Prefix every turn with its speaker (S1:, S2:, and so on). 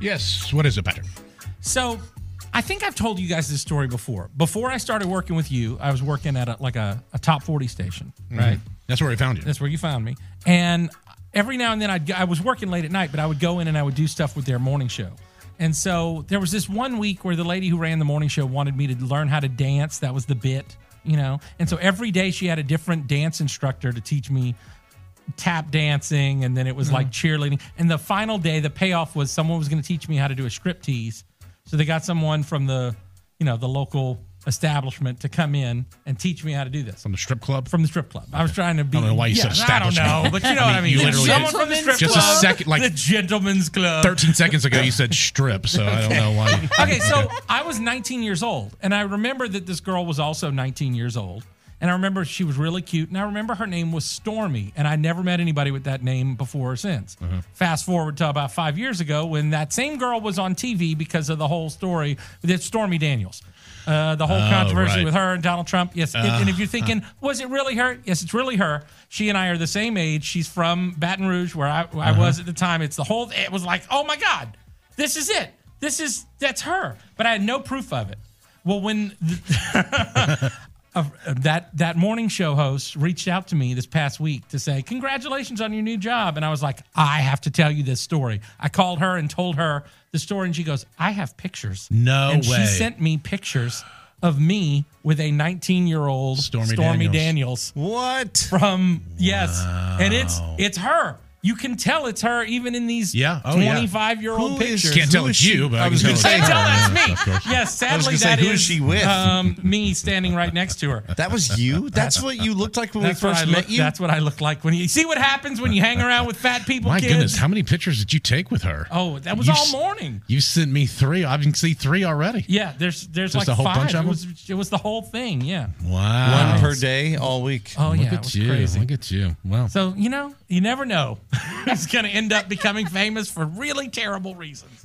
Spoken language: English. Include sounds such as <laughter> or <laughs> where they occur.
S1: Yes. What is it, Patrick?
S2: So I think I've told you guys this story before. Before I started working with you, I was working at a, like a, a top 40 station, Mm-hmm. right?
S1: That's where we found you.
S2: That's where you found me. And every now and then I'd, go- I was working late at night, but I would go in and I would do stuff with their morning show. And so there was this one week where the lady who ran the morning show wanted me to learn how to dance. That was the bit, you know? And so every day she had a different dance instructor to teach me tap dancing and then it was like cheerleading and the final day the payoff was someone was going to teach me how to do a strip tease so they got someone from the you know the local establishment to come in and teach me how to do this
S1: From the strip club.
S2: from the strip club i was trying to be
S1: I don't know why you said
S2: I don't know
S1: establishment. <laughs>
S2: but you know what i mean
S1: you literally
S2: someone
S1: did.
S2: from the strip
S1: Just a
S2: club
S1: second, like-
S2: the gentleman's club
S1: 13 seconds ago, you said strip, so I don't know why. you-
S2: <laughs>
S1: <laughs>
S2: okay, so I was 19 years old, and I remember that this girl was also 19 years old. And I remember she was really cute, and I remember her name was Stormy, and I never met anybody with that name before or since.
S1: Uh-huh.
S2: Fast forward to about five years ago when that same girl was on TV because of the whole story with Stormy Daniels. Uh, the whole controversy
S1: Oh, right. Uh,
S2: with her and Donald Trump. Yes. and- and if you're thinking, was it really her? Yes, it's really her. She and I are the same age. She's from Baton Rouge, where I, I
S1: Uh-huh.
S2: was at the time. It's the whole, it was like, oh my God, this is it. This is, that's her. But I had no proof of it. Well, when the- <laughs> of- of that, that morning show host reached out to me this past week to say, congratulations on your new job. And I was like, I have to tell you this story. I called her and told her the story. And she goes, I have pictures.
S1: No
S2: and
S1: way.
S2: she sent me pictures of me with a 19 year old
S1: Stormy
S2: Stormy,
S1: Daniels.
S2: Daniels.
S1: What?
S2: from yes, and it's it's her. You can tell it's her even in these
S1: Yeah. Oh, yeah.
S2: 25 year old
S3: Who is-
S2: pictures.
S1: Can't tell
S3: Who
S1: it's
S3: is she?
S1: you, but I,
S3: I was
S1: can
S3: gonna
S1: tell
S3: say-
S2: Can't
S1: it's
S2: tell
S1: her.
S2: that's me. Yes,
S3: I was
S2: sadly
S3: gonna say,
S2: that
S3: who is
S2: is
S3: she with?
S2: um, me standing right next to her.
S3: that was
S2: <laughs>
S3: you. That's what you looked like when
S2: That's
S3: we
S2: what I
S3: first
S2: look.
S3: met you.
S2: That's what I look like when you see what happens when you hang around with fat people.
S1: My
S2: kids.
S1: goodness, how many pictures did you take with her?
S2: Oh, that was
S1: You
S2: all
S1: s-
S2: morning.
S1: You sent me three. I can see three already.
S2: Yeah, there's there's
S1: Just
S2: like
S1: a whole
S2: five.
S1: bunch of
S2: it
S1: them?
S2: was it was the whole thing. Yeah.
S1: Wow.
S3: One per day all week.
S2: Oh
S1: Look
S2: yeah, it
S1: at
S2: was
S1: you.
S2: crazy.
S1: Look at you. Wow.
S2: So, you know, <laughs> you never know. He's going to end up becoming famous for really terrible reasons.